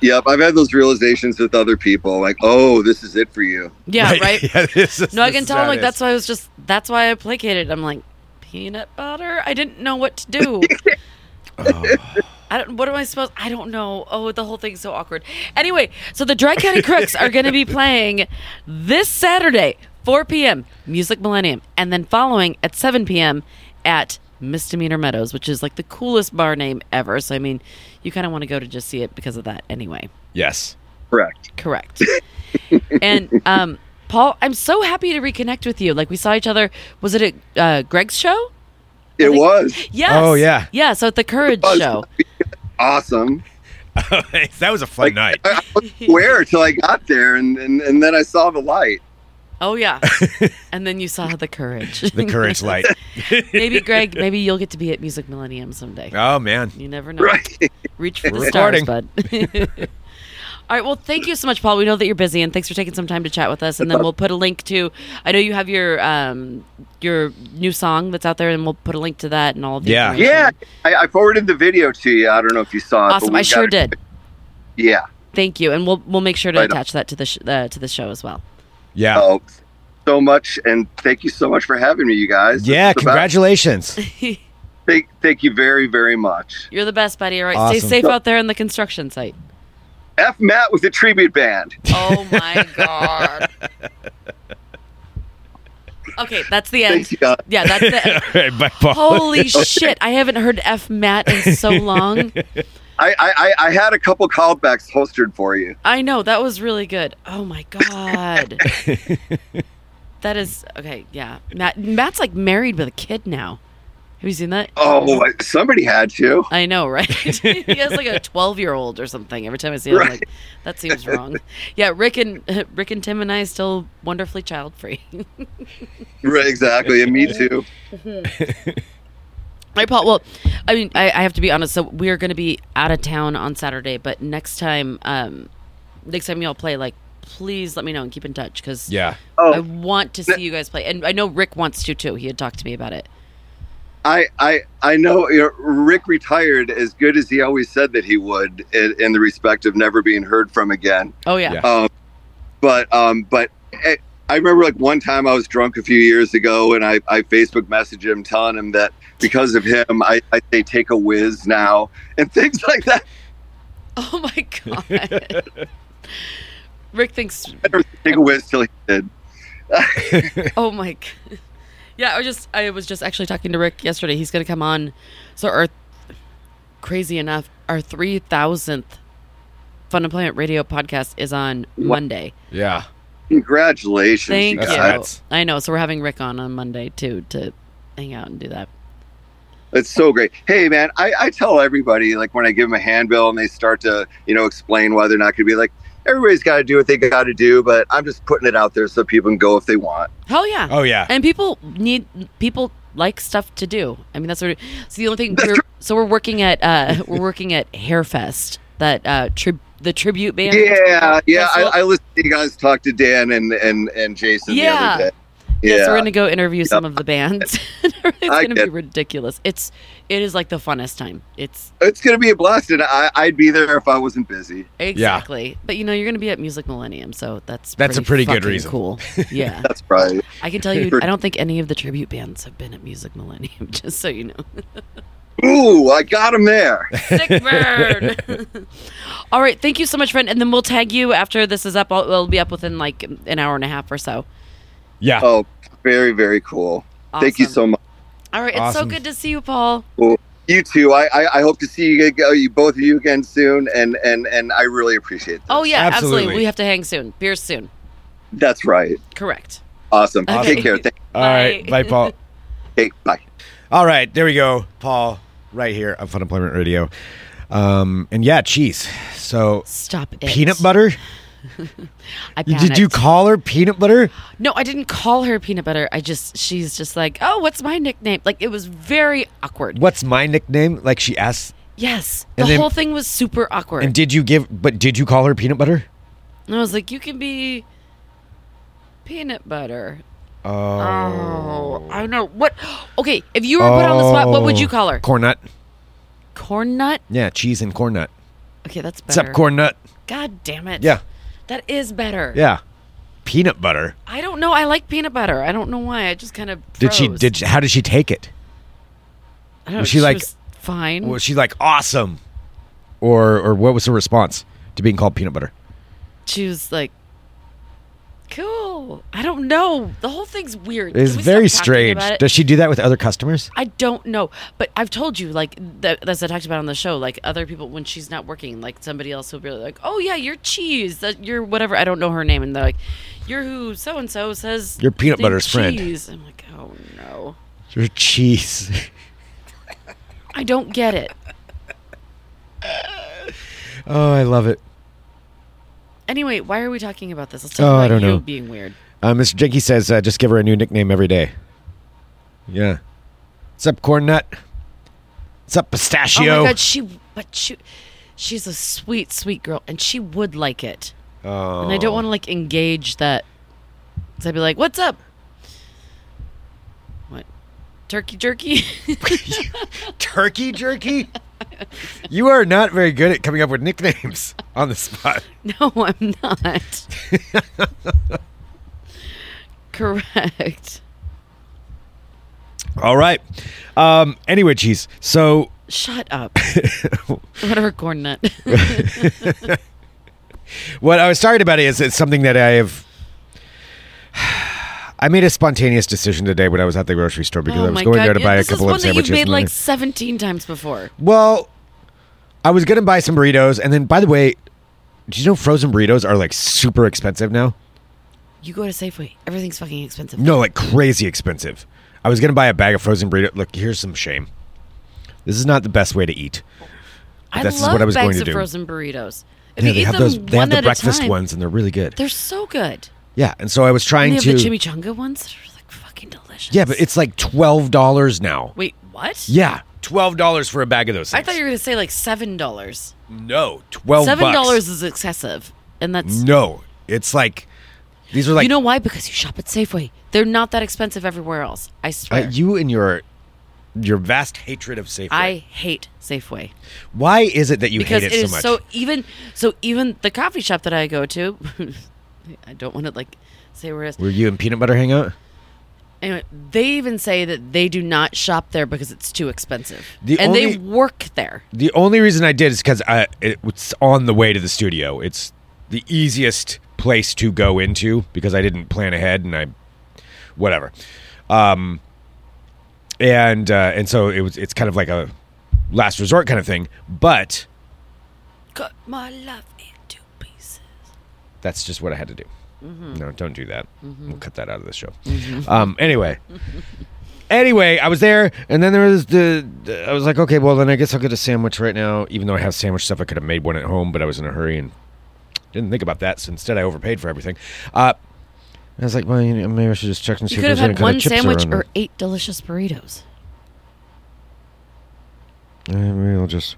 Speaker 3: Yep, I've had those realizations with other people. Like, oh, this is it for you.
Speaker 1: [LAUGHS]
Speaker 2: Yeah, right.
Speaker 1: Yeah, this is-
Speaker 2: No, I
Speaker 1: this
Speaker 2: can
Speaker 1: is
Speaker 2: tell.
Speaker 1: how it
Speaker 2: Like
Speaker 1: is.
Speaker 2: that's why I was just that's why I placated. I'm like peanut butter. I didn't know what
Speaker 1: [LAUGHS]
Speaker 2: to do.
Speaker 1: Oh.
Speaker 2: I don't. What am I supposed? I don't know. Oh, the whole thing's so awkward. Anyway, so the Dry County Crooks are going
Speaker 1: [LAUGHS]
Speaker 2: to be playing this Saturday, 4 p.m. Music Millennium, and then following at 7 p.m. at Misdemeanor Meadows, which is like the coolest bar name ever. So I mean, you kind of want to go to just see it because of that. Anyway.
Speaker 1: Yes.
Speaker 3: Correct.
Speaker 2: Correct. and um, Paul, I'm so happy to reconnect with you. Like we saw each other. Was it at uh, Greg's show?
Speaker 3: It was
Speaker 2: Yes.
Speaker 1: Oh, yeah.
Speaker 2: Yeah. So at the Courage
Speaker 3: was.
Speaker 2: show.
Speaker 3: awesome.
Speaker 1: [LAUGHS] that was a fun night.
Speaker 3: I, I wasn't aware till I got there, and, and and then I saw
Speaker 2: [LAUGHS]
Speaker 3: the light.
Speaker 1: [LAUGHS]
Speaker 2: Oh yeah. and then you saw the Courage.
Speaker 1: The courage light.
Speaker 2: [LAUGHS] maybe Greg. Maybe you'll get to be at Music Millennium someday.
Speaker 1: Oh man.
Speaker 2: You never know.
Speaker 3: Right.
Speaker 2: Reach for the
Speaker 1: We're
Speaker 2: stars,
Speaker 1: recording.
Speaker 2: bud. [LAUGHS] All right. Well, thank you so much, Paul. We know that you're busy, and thanks for taking some time to chat with us. And then we'll put a link to. I know you have your um your new song that's out there, and we'll put a link to that and all of the
Speaker 1: Yeah.
Speaker 2: information.
Speaker 3: Yeah, I, I forwarded the video to you. I don't know if you saw it. but
Speaker 2: Awesome.
Speaker 3: we
Speaker 2: I sure
Speaker 3: got it.
Speaker 2: did.
Speaker 3: Yeah.
Speaker 2: Thank you, and we'll we'll make sure to
Speaker 3: Right on.
Speaker 2: attach that to the sh- uh, to the show as well.
Speaker 1: Yeah.
Speaker 3: Oh, so much, and thank you so much for having me, you guys. This
Speaker 1: yeah.
Speaker 3: is the
Speaker 2: [LAUGHS]
Speaker 3: best.
Speaker 1: Congratulations. [LAUGHS]
Speaker 3: Thank, thank you very, very much.
Speaker 2: You're the best, buddy. All right,
Speaker 1: Awesome.
Speaker 2: stay safe out there on the construction site.
Speaker 3: F Matt with the tribute band.
Speaker 2: [LAUGHS] Oh my god. Okay, that's the end.
Speaker 3: Thanks, you guys.
Speaker 2: Yeah, that's the
Speaker 1: [LAUGHS] All right. Bye, Paul.
Speaker 2: Holy shit! I haven't heard F Matt in so long.
Speaker 3: I, I, I- I had a couple callbacks holstered for you.
Speaker 2: I know that was really good. Oh my god. That is okay. Yeah, Matt. Matt's like married with a kid now. Have you seen that?
Speaker 3: Oh, somebody had to. [LAUGHS]
Speaker 2: I
Speaker 1: [LAUGHS]
Speaker 2: know, right? [LAUGHS] he has like a twelve-year-old or something. Every time I see him, I'm like, that seems wrong. Yeah, Rick and [LAUGHS] Rick and Tim and I still wonderfully child-free. [LAUGHS]
Speaker 3: Right, exactly.
Speaker 1: [LAUGHS]
Speaker 3: And me too.
Speaker 2: Right, Paul. Well, I mean, I, I have to be honest. So we are going to be out of town on Saturday, but next time, um, next time y'all play, like, please let me know and keep in touch because
Speaker 1: yeah.
Speaker 2: I
Speaker 3: Oh,
Speaker 2: want to see you guys play, and I know Rick wants to too. He had talked to me about it.
Speaker 3: I, I, I know you know, Rick retired as good as he always said that he would in, in the respect of never being heard from again.
Speaker 2: Oh yeah,
Speaker 1: Yeah.
Speaker 3: Um, but um, but eh, I remember like one time I was drunk a few years ago, and I, I Facebook messaged him telling him that because of him, I, I say take a whiz now and things [LAUGHS] like that.
Speaker 2: [LAUGHS] Oh
Speaker 1: [LAUGHS]
Speaker 2: my god. Rick thinks.
Speaker 3: I never take a whiz till he did.
Speaker 2: Oh my. God. [LAUGHS] Yeah, I was just I was just actually talking to Rick yesterday. He's gonna come on. So our crazy enough, our three thousandth Fun Employment Radio podcast is on Monday.
Speaker 1: Yeah.
Speaker 3: Congratulations,
Speaker 2: Thank
Speaker 3: you
Speaker 1: That's
Speaker 2: you.
Speaker 3: guys.
Speaker 1: nuts.
Speaker 2: I know. So we're having Rick on on Monday too to hang out and do that.
Speaker 3: It's so great. Hey, man, I, I tell everybody, like, when I give them a handbill and they start to, you know, explain why they're not going to be like, everybody's got to do what they got to do, but I'm just putting it out there so people can go if they want.
Speaker 2: Hell yeah.
Speaker 1: Oh yeah.
Speaker 2: And people need people like stuff to do. I mean, that's what. It, so the only thing. We're, so we're working at uh, [LAUGHS] we're working at Hairfest that uh, tri- the tribute band.
Speaker 3: Yeah, yeah.
Speaker 2: Festival.
Speaker 3: I, I listened to you guys talk to Dan and and and Jason
Speaker 2: Yeah.
Speaker 3: the other day.
Speaker 2: Yes, we're
Speaker 3: Yeah,
Speaker 2: gonna go interview some of the bands. [LAUGHS] it's
Speaker 3: I
Speaker 2: gonna be
Speaker 3: get-
Speaker 2: ridiculous. It's it is like the funnest time. It's
Speaker 3: it's gonna be a blast, and I, I'd be there if I wasn't busy.
Speaker 2: exactly. But you know, you're gonna be at Music Millennium, so that's
Speaker 1: That's a pretty good
Speaker 2: fucking
Speaker 1: reason. [LAUGHS]
Speaker 2: Cool. Yeah,
Speaker 3: That's right.
Speaker 2: I can tell you.
Speaker 3: For-
Speaker 2: I don't think any of the tribute bands have been at Music Millennium. [LAUGHS] Just so you know.
Speaker 3: Ooh, I got
Speaker 2: [LAUGHS]
Speaker 3: him there.
Speaker 2: Sick burn. [LAUGHS] All right, thank you so much, friend. And then we'll tag you after this is up. I'll, it'll be up within like an hour and a half or so.
Speaker 1: Yeah.
Speaker 3: Oh, very very cool. Thank you
Speaker 2: Awesome.
Speaker 3: so much.
Speaker 2: All right, it's
Speaker 1: Awesome.
Speaker 2: so good to see you, Paul.
Speaker 3: You too. I, I, I hope to see you, ag- you both of you again soon, and and and I really appreciate that.
Speaker 2: Oh yeah, absolutely.
Speaker 1: Absolutely.
Speaker 2: We have to hang soon. Beers soon.
Speaker 3: That's right.
Speaker 2: Correct.
Speaker 3: Awesome.
Speaker 2: Okay.
Speaker 3: Take care. Thank
Speaker 1: All right.
Speaker 2: Bye.
Speaker 1: Bye, Paul.
Speaker 3: Hey, bye.
Speaker 1: All right, there we go, Paul, right here on Fun Employment Radio. Um, and yeah, cheese. So
Speaker 2: Stop it.
Speaker 1: peanut butter.
Speaker 2: I
Speaker 1: You- Did you
Speaker 2: panicked.
Speaker 1: call her peanut butter?
Speaker 2: No, I didn't call her peanut butter. I just she's just like, oh, what's my nickname? Like it was very awkward.
Speaker 1: What's my nickname? Like she asked.
Speaker 2: Yes, the
Speaker 1: And then-
Speaker 2: whole thing was super awkward.
Speaker 1: And did you give? But did you call her peanut butter?
Speaker 2: and I was like, you can be peanut butter.
Speaker 1: Oh.
Speaker 2: Oh, I know what. Okay, if you were put on the spot, what would you call her?
Speaker 1: Corn nut.
Speaker 2: corn nut.
Speaker 1: Yeah, cheese and corn nut.
Speaker 2: Okay, that's better.
Speaker 1: What's up, corn nut?
Speaker 2: God damn it.
Speaker 1: Yeah,
Speaker 2: that is better.
Speaker 1: yeah. Peanut butter.
Speaker 2: I don't know. I like peanut butter. I don't know why. I just kind of
Speaker 1: Did she?
Speaker 2: froze.
Speaker 1: Did she, how did she take it?
Speaker 2: I don't know,
Speaker 1: was she like-
Speaker 2: was fine?
Speaker 1: Was she like awesome, or or what was her response to being called peanut butter?
Speaker 2: she was like cool i don't know the whole thing's weird Can
Speaker 1: It's
Speaker 2: we
Speaker 1: very
Speaker 2: stop talking
Speaker 1: strange.
Speaker 2: about it?
Speaker 1: Does she do that with other customers?
Speaker 2: i don't know but i've told you like that, that's i talked about on the show like other people when she's not working like somebody else will be like oh yeah you're cheese that you're whatever i don't know her name and they're like you're who so and so says
Speaker 1: You're peanut
Speaker 2: they
Speaker 1: butter's friend."
Speaker 2: cheese. i'm like oh no
Speaker 1: Your cheese.
Speaker 2: i don't get it
Speaker 1: [LAUGHS] Oh, I love it.
Speaker 2: anyway why are we talking about this let's talk
Speaker 1: Oh,
Speaker 2: about
Speaker 1: I don't
Speaker 2: you
Speaker 1: know.
Speaker 2: being weird
Speaker 1: Uh, Mr. Jenky says, uh, just give her a new nickname every day. Yeah. What's up, corn nut? What's up, pistachio?
Speaker 2: oh my god she but she she's a sweet sweet girl and she would like it
Speaker 1: Oh.
Speaker 2: And I don't want to like engage that. So I'd be like, "What's up?" What? turkey jerky. [LAUGHS]
Speaker 1: Turkey jerky? You are not very good at coming up with nicknames [LAUGHS] on the spot.
Speaker 2: no, I'm
Speaker 1: [LAUGHS]
Speaker 2: not. Correct.
Speaker 1: All right. Um, anyway, cheese. So [LAUGHS]
Speaker 2: Shut up. Whatever coordinate. [LAUGHS]
Speaker 1: [LAUGHS] what I was sorry about is it's something that I have. [SIGHS] I made a spontaneous decision today when I was at the grocery store because I was going there to
Speaker 2: Oh yeah,
Speaker 1: buy a
Speaker 2: this
Speaker 1: couple of
Speaker 2: is one that
Speaker 1: sandwiches.
Speaker 2: you've made
Speaker 1: and
Speaker 2: like
Speaker 1: then-
Speaker 2: 17 times before.
Speaker 1: well, I was gonna buy some burritos, and then by the way, do you know frozen burritos are like super expensive now?
Speaker 2: You go to Safeway. Everything's fucking expensive.
Speaker 1: No, like crazy expensive. I was gonna buy a bag of frozen burrito. Look, here's some shame. This is not the best way to eat.
Speaker 2: I
Speaker 1: this is
Speaker 2: love
Speaker 1: what I was
Speaker 2: bags
Speaker 1: going to
Speaker 2: of
Speaker 1: do.
Speaker 2: frozen burritos. If
Speaker 1: Yeah,
Speaker 2: you
Speaker 1: they
Speaker 2: eat
Speaker 1: have
Speaker 2: them
Speaker 1: those.
Speaker 2: one
Speaker 1: They have the
Speaker 2: at a
Speaker 1: breakfast
Speaker 2: time,
Speaker 1: ones, and they're really good.
Speaker 2: They're so good.
Speaker 1: yeah, and so I was
Speaker 2: And
Speaker 1: trying
Speaker 2: they
Speaker 1: to.
Speaker 2: have the chimichanga ones that are like fucking delicious.
Speaker 1: yeah, but it's like twelve dollars now.
Speaker 2: wait, what?
Speaker 1: Yeah, twelve dollars for a bag of those.
Speaker 2: I
Speaker 1: Things.
Speaker 2: thought you were gonna say like seven dollars.
Speaker 1: no twelve.
Speaker 2: Seven
Speaker 1: Oh, bucks.
Speaker 2: dollars is excessive, and that's
Speaker 1: No, it's like these are like
Speaker 2: you know why? Because you shop at Safeway. They're not that expensive everywhere else. I
Speaker 1: uh,
Speaker 2: swear.
Speaker 1: you and your your vast hatred of Safeway.
Speaker 2: I hate Safeway
Speaker 1: Why is it that you
Speaker 2: because
Speaker 1: hate it,
Speaker 2: it
Speaker 1: so
Speaker 2: is
Speaker 1: much?
Speaker 2: so even so even the coffee shop that I go to, [LAUGHS] I don't want to like say where it is.
Speaker 1: were you and peanut butter hang out?
Speaker 2: Anyway, they even say that they do not shop there because it's too expensive,
Speaker 1: The
Speaker 2: and
Speaker 1: only-
Speaker 2: they work there.
Speaker 1: The only reason I did is because I it was on the way to the studio. It's the easiest place to go into because I didn't plan ahead and I, whatever, um, and uh, and so it was. It's kind of like a last resort kind of thing. But
Speaker 2: Cut my love into pieces.
Speaker 1: that's just what I had to do.
Speaker 2: Mm-hmm.
Speaker 1: No, don't do that. We'll cut that out of the show. Um, anyway. Anyway, I was there, and then there was the. I was like, okay, well, then I guess I'll get a sandwich right now. Even though I have sandwich stuff, I could have made one at home, but I was in a hurry and didn't think about that. So instead, I overpaid for everything. Uh, I was like, well, you know, maybe I should just check and see
Speaker 2: You
Speaker 1: if
Speaker 2: could have
Speaker 1: there's any
Speaker 2: had
Speaker 1: kind
Speaker 2: one
Speaker 1: of chips
Speaker 2: sandwich
Speaker 1: around.
Speaker 2: or eight delicious burritos.
Speaker 1: Uh, maybe I'll just.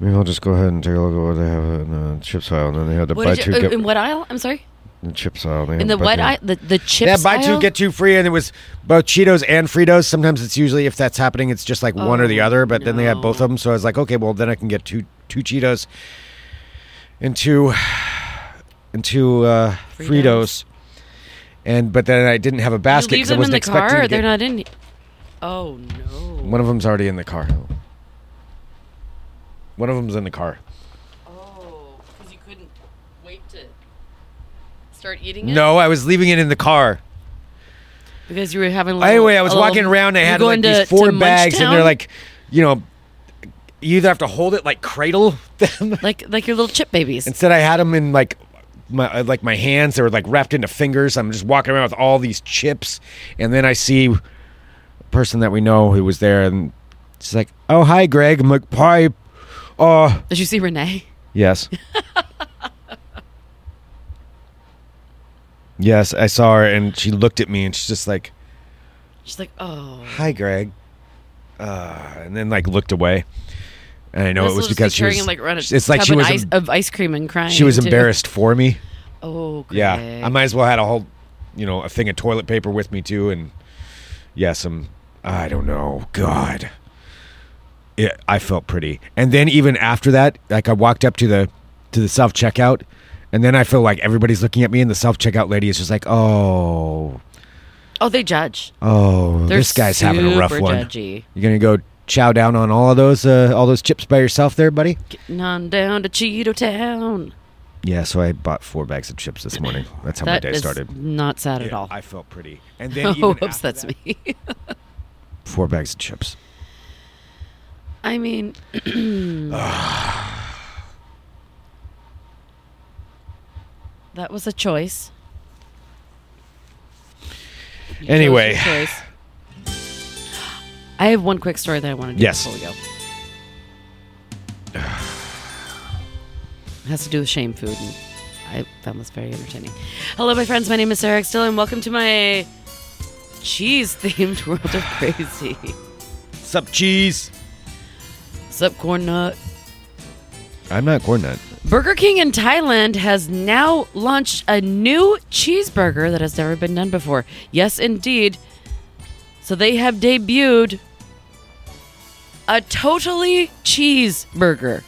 Speaker 1: Maybe I'll just go ahead and take a look at what they have in the chips aisle, and then they had to buy
Speaker 2: What did
Speaker 1: two
Speaker 2: you, uh, oh,
Speaker 1: get
Speaker 2: in what aisle? I'm sorry.
Speaker 1: the chips aisle.
Speaker 2: In the what aisle? The, the chips
Speaker 1: Yeah, buy
Speaker 2: aisle?
Speaker 1: two get two free, and it was both Cheetos and Fritos. Sometimes it's usually if that's happening, it's just like one or the
Speaker 2: Oh,
Speaker 1: other. But then they have both
Speaker 2: no.
Speaker 1: of them, so I was like, okay, well then I can get two two Cheetos and two and two uh, Fritos.
Speaker 2: Fritos.
Speaker 1: And but then I didn't have a
Speaker 2: You
Speaker 1: basket
Speaker 2: leave
Speaker 1: because I
Speaker 2: them in
Speaker 1: wasn't
Speaker 2: the
Speaker 1: expecting.
Speaker 2: car,
Speaker 1: to
Speaker 2: or they're
Speaker 1: get-
Speaker 2: not in. Oh no!
Speaker 1: One of them's already in the car. One of them's in the car.
Speaker 2: Oh, because you couldn't wait to start eating it.
Speaker 1: No, I was leaving it in the car.
Speaker 2: because you were having. A little,
Speaker 1: Anyway, I was
Speaker 2: a little-
Speaker 1: walking around. They
Speaker 2: you
Speaker 1: had like
Speaker 2: going
Speaker 1: these
Speaker 2: to-
Speaker 1: four
Speaker 2: to
Speaker 1: bags, and they're
Speaker 2: Munchtown?
Speaker 1: like, you know, you either have to hold it like cradle [LAUGHS] them.
Speaker 2: like like your little chip babies.
Speaker 1: Instead, I had them in like my uh, like my hands. They were like wrapped into fingers. I'm just walking around with all these chips, and then I see a person that we know who was there, and she's like, "Oh, hi, Greg." I'm like, "Hi." Uh,
Speaker 2: Did you see Renee?
Speaker 1: yes. [LAUGHS] yes, I saw her, and she looked at me, and she's just like,
Speaker 2: She's like, oh.
Speaker 1: "Hi, Greg," uh, and then like looked away. And I know it
Speaker 2: Russell
Speaker 1: was
Speaker 2: just
Speaker 1: because she
Speaker 2: picturing
Speaker 1: was.
Speaker 2: him, like, around a
Speaker 1: it's like
Speaker 2: tub
Speaker 1: she
Speaker 2: of
Speaker 1: was.
Speaker 2: ice,
Speaker 1: em-
Speaker 2: of ice cream and crying.
Speaker 1: she was
Speaker 2: too.
Speaker 1: embarrassed for me.
Speaker 2: Oh, Greg.
Speaker 1: Yeah, I might as well had a whole, you know, a thing of toilet paper with me too, and yeah, some I don't know, God, it, I felt pretty. And then even after that, like I walked up to the to the self checkout, and then I feel like everybody's looking at me, and the self checkout lady is just like, oh,
Speaker 2: Oh, they judge.
Speaker 1: oh,
Speaker 2: They're
Speaker 1: this guy's having a rough
Speaker 2: super
Speaker 1: one.
Speaker 2: Judgy.
Speaker 1: You're gonna go chow down on all of those uh, all those chips by yourself, there, buddy.
Speaker 2: Getting on down to Cheeto Town.
Speaker 1: Yeah, so I bought four bags of chips this morning. That's how
Speaker 2: That
Speaker 1: my day
Speaker 2: is
Speaker 1: started.
Speaker 2: not sad at
Speaker 1: Yeah,
Speaker 2: all. [LAUGHS]
Speaker 1: I felt pretty, and then even
Speaker 2: oh,
Speaker 1: after
Speaker 2: oops, that's
Speaker 1: that-
Speaker 2: me. [LAUGHS]
Speaker 1: four bags of chips.
Speaker 2: I mean, [CLEARS THROAT] that was a choice. You chose your
Speaker 1: Anyway.
Speaker 2: choice. I have one quick story that I want to do
Speaker 1: Yes.
Speaker 2: before we go. It has to do with shame food. And I found this very entertaining. Hello, my friends. My name is Sarah Still, and welcome to my cheese themed [LAUGHS] world of crazy.
Speaker 1: [LAUGHS] Sup, cheese?
Speaker 2: Sup, corn nut.
Speaker 1: I'm not corn nut.
Speaker 2: Burger King in Thailand has now launched a new cheeseburger that has never been done before. Yes, indeed. So they have debuted a totally cheeseburger.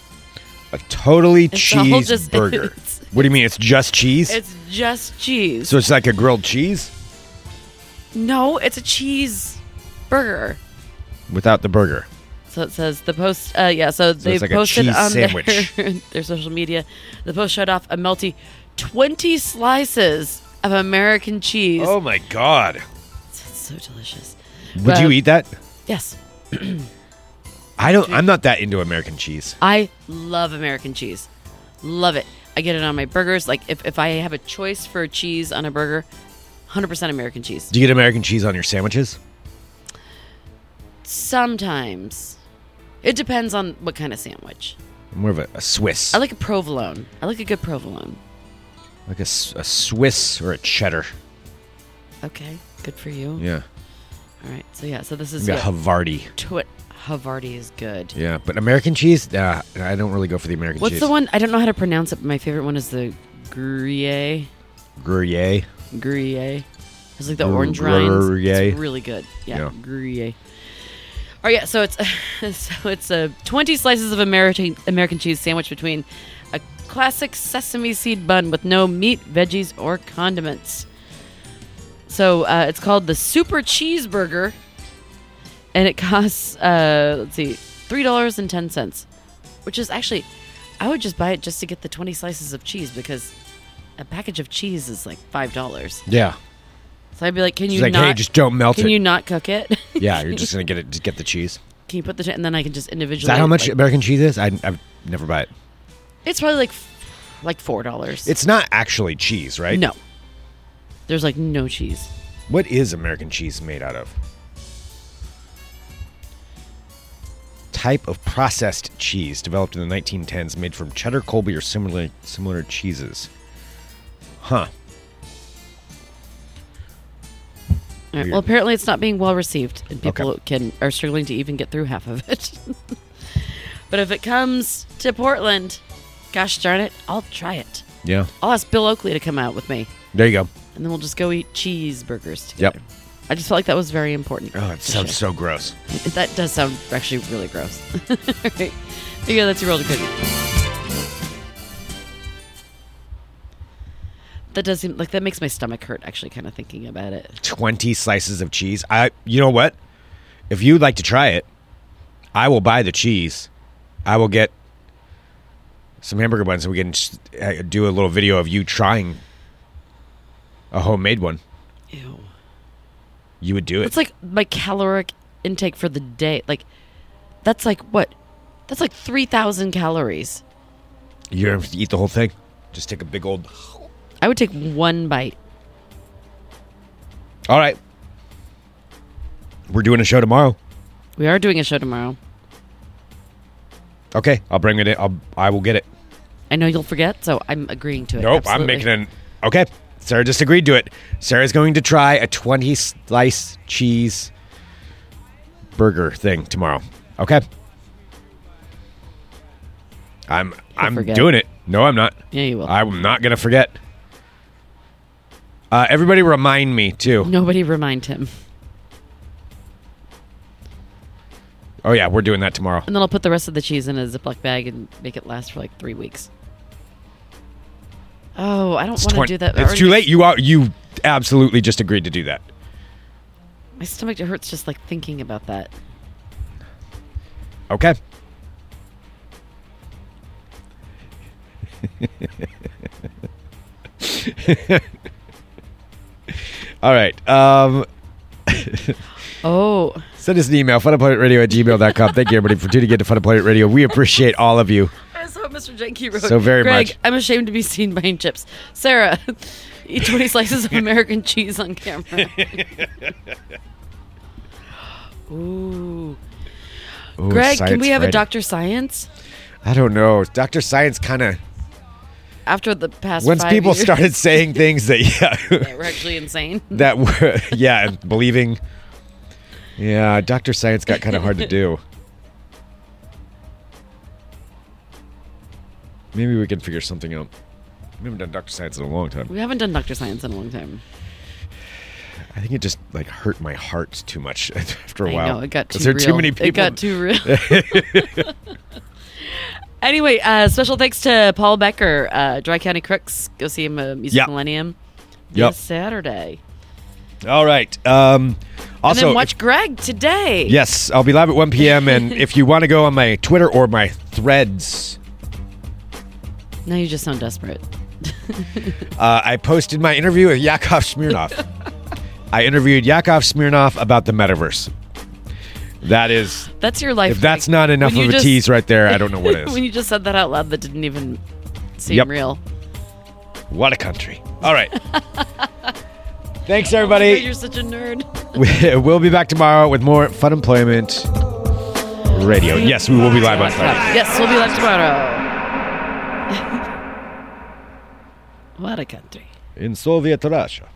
Speaker 1: A totally
Speaker 2: It's all
Speaker 1: cheese
Speaker 2: just- [LAUGHS]
Speaker 1: burger.
Speaker 2: it's-
Speaker 1: What do you mean? It's just cheese?
Speaker 2: It's just cheese.
Speaker 1: so it's like a grilled cheese
Speaker 2: no, it's a cheese burger.
Speaker 1: without the burger.
Speaker 2: So it says the post. Uh, yeah, so, they
Speaker 1: it's like a
Speaker 2: posted
Speaker 1: cheese
Speaker 2: on
Speaker 1: sandwich.
Speaker 2: Their, [LAUGHS] their social media. The post showed off a melty twenty slices of American cheese.
Speaker 1: Oh my god!
Speaker 2: It's so delicious.
Speaker 1: Would
Speaker 2: But-
Speaker 1: you eat that?
Speaker 2: Yes,
Speaker 1: I don't. I'm not that into American cheese.
Speaker 2: I love American cheese. Love it. I get it on my burgers. Like if, if I have a choice for a cheese on a burger, hundred percent American cheese.
Speaker 1: Do you get American cheese on your sandwiches?
Speaker 2: Sometimes it depends on what kind of sandwich.
Speaker 1: I'm more of a, a Swiss,
Speaker 2: I like a provolone. I like a good provolone.
Speaker 1: like a, s- a Swiss or a cheddar.
Speaker 2: Okay, good for you.
Speaker 1: Yeah,
Speaker 2: All right. So yeah. So this is
Speaker 1: like a
Speaker 2: yeah.
Speaker 1: Havarti.
Speaker 2: Twi- Havarti is good.
Speaker 1: Yeah, but American cheese, nah, I don't really go for the American
Speaker 2: What's
Speaker 1: cheese.
Speaker 2: the one? I don't know how to pronounce it, but my favorite one is the Gruyere.
Speaker 1: Gruyere.
Speaker 2: Gruyere. It's like the
Speaker 1: Gru-
Speaker 2: orange rinds.
Speaker 1: Oh, Gruyere.
Speaker 2: It's really good. Yeah,
Speaker 1: Yeah.
Speaker 2: Gruyere. Oh yeah, so it's [LAUGHS] so it's a twenty slices of American American cheese sandwich between a classic sesame seed bun with no meat, veggies, or condiments. So uh, it's called the Super Cheeseburger, and it costs uh, let's see, three dollars and ten cents, which is actually, I would just buy it just to get the twenty slices of cheese because a package of cheese is like five dollars.
Speaker 1: Yeah.
Speaker 2: So I'd be like, can
Speaker 1: She's
Speaker 2: you
Speaker 1: like,
Speaker 2: not?
Speaker 1: hey, just don't melt
Speaker 2: can
Speaker 1: it.
Speaker 2: you not cook it?
Speaker 1: [LAUGHS] yeah, you're just gonna get it. Just get the cheese.
Speaker 2: [LAUGHS] can you put the ch- and then I can just individually.
Speaker 1: Is that how much
Speaker 2: like-
Speaker 1: American cheese is? I I never buy it.
Speaker 2: it's probably like f- like four dollars.
Speaker 1: It's not actually cheese, right?
Speaker 2: no. There's like no cheese.
Speaker 1: What is American cheese made out of? Type of processed cheese developed in the 1910s, made from cheddar, Colby, or similar similar cheeses. Huh.
Speaker 2: All right,
Speaker 1: Weird.
Speaker 2: well, apparently it's not being well received, and people
Speaker 1: Okay.
Speaker 2: can are struggling to even get through half of it. [LAUGHS] but if it comes to Portland, gosh darn it, I'll try it.
Speaker 1: Yeah.
Speaker 2: I'll ask Bill Oakley to come out with me,
Speaker 1: There you go.
Speaker 2: and then we'll just go eat cheeseburgers
Speaker 1: Yep.
Speaker 2: together. I just felt like that was very important.
Speaker 1: Oh, it
Speaker 2: to
Speaker 1: sounds
Speaker 2: share.
Speaker 1: so gross.
Speaker 2: That does sound actually really gross. [LAUGHS] All right. There you go. That's your roll to cookie. That does seem like that makes my stomach hurt. Actually, kind of thinking about it.
Speaker 1: 20 slices of cheese. I you know what? If you'd like to try it, I will buy the cheese. I will get some hamburger buns and we can s- uh, do a little video of you trying a homemade one.
Speaker 2: Ew.
Speaker 1: You would do it.
Speaker 2: It's like my caloric intake for the day. Like that's like what? That's like three thousand calories.
Speaker 1: You don't have to eat the whole thing. Just take a big old. [SIGHS]
Speaker 2: I would take one bite.
Speaker 1: All right. We're doing a show tomorrow.
Speaker 2: We are doing a show tomorrow.
Speaker 1: Okay, I'll bring it in. I'll, I will get it.
Speaker 2: I know you'll forget, so I'm agreeing to it.
Speaker 1: Nope, I'm making an. Okay, Sarah just agreed to it. Sarah's going to try a 20 slice cheese burger thing tomorrow. Okay. I'm I'm
Speaker 2: forget.
Speaker 1: doing it. No, I'm not.
Speaker 2: Yeah, you will.
Speaker 1: I'm not gonna forget. Uh, everybody, remind me too.
Speaker 2: Nobody remind him.
Speaker 1: Oh yeah, we're doing that tomorrow.
Speaker 2: And then I'll put the rest of the cheese in a Ziploc bag and make it last for like three weeks. Oh, I don't
Speaker 1: It's
Speaker 2: want to
Speaker 1: 20
Speaker 2: do that.
Speaker 1: It's
Speaker 2: It already
Speaker 1: too
Speaker 2: makes-
Speaker 1: late. You are you absolutely just agreed to do that.
Speaker 2: My stomach hurts just like thinking about that.
Speaker 1: Okay. All right. Um,
Speaker 2: Oh,
Speaker 1: send us an email, funemploymentradio at gmail.com. Thank you, everybody, for tuning in to Fun Employment Radio. We appreciate all of you.
Speaker 2: I saw Mr. Jenke wrote.
Speaker 1: So very
Speaker 2: Greg,
Speaker 1: much.
Speaker 2: I'm ashamed to be seen buying chips. Sarah, [LAUGHS] eat 20
Speaker 1: [LAUGHS]
Speaker 2: slices of American cheese on camera.
Speaker 1: Ooh,
Speaker 2: Ooh, Greg, can
Speaker 1: Science
Speaker 2: we have a
Speaker 1: Friday.
Speaker 2: Doctor Science
Speaker 1: I don't know. Dr. Science kind of,
Speaker 2: after the past?
Speaker 1: once
Speaker 2: five
Speaker 1: people
Speaker 2: years [LAUGHS]
Speaker 1: started saying things that, yeah,
Speaker 2: that were actually insane.
Speaker 1: that were, [LAUGHS] yeah, and believing, yeah, Dr. Science got kind of hard to do. Maybe we can figure something out. We haven't done Dr. Science in a long time.
Speaker 2: We haven't done Doctor Science in a long time.
Speaker 1: I think it just like hurt my heart too much [LAUGHS] after a
Speaker 2: I
Speaker 1: while.
Speaker 2: know it got
Speaker 1: 'Cause
Speaker 2: too
Speaker 1: there are
Speaker 2: real.
Speaker 1: too many people.
Speaker 2: It got too real.
Speaker 1: [LAUGHS]
Speaker 2: [LAUGHS] anyway, uh, special thanks to Paul Becker, uh, Dry County Crooks. Go see him at Music
Speaker 1: Yeah.
Speaker 2: Millennium
Speaker 1: Yep.
Speaker 2: this Saturday.
Speaker 1: All right. Um, also,
Speaker 2: and then
Speaker 1: if-
Speaker 2: watch Greg today.
Speaker 1: yes, I'll be live at 1 p.m.
Speaker 2: [LAUGHS]
Speaker 1: And if you want to go on my Twitter or my threads,
Speaker 2: Now you just sound desperate.
Speaker 1: uh, I posted my interview with Yakov
Speaker 2: [LAUGHS]
Speaker 1: Smirnov. I interviewed Yakov Smirnov about the metaverse. That is,
Speaker 2: That's your life.
Speaker 1: if that's
Speaker 2: Greg. [LAUGHS]
Speaker 1: not enough
Speaker 2: When you
Speaker 1: of a
Speaker 2: just-
Speaker 1: tease right there, I don't
Speaker 2: [LAUGHS]
Speaker 1: know what is.
Speaker 2: when you just said that out loud, that didn't even seem
Speaker 1: Yep.
Speaker 2: real.
Speaker 1: what a country. All
Speaker 2: [LAUGHS]
Speaker 1: right. Thanks, everybody.
Speaker 2: Oh, You're such a nerd.
Speaker 1: We- [LAUGHS] we'll be back tomorrow with more Fun Employment Radio. Yes, we will be live on Friday.
Speaker 2: Yes, we'll be live tomorrow. [LAUGHS] what a country.
Speaker 1: In Soviet Russia.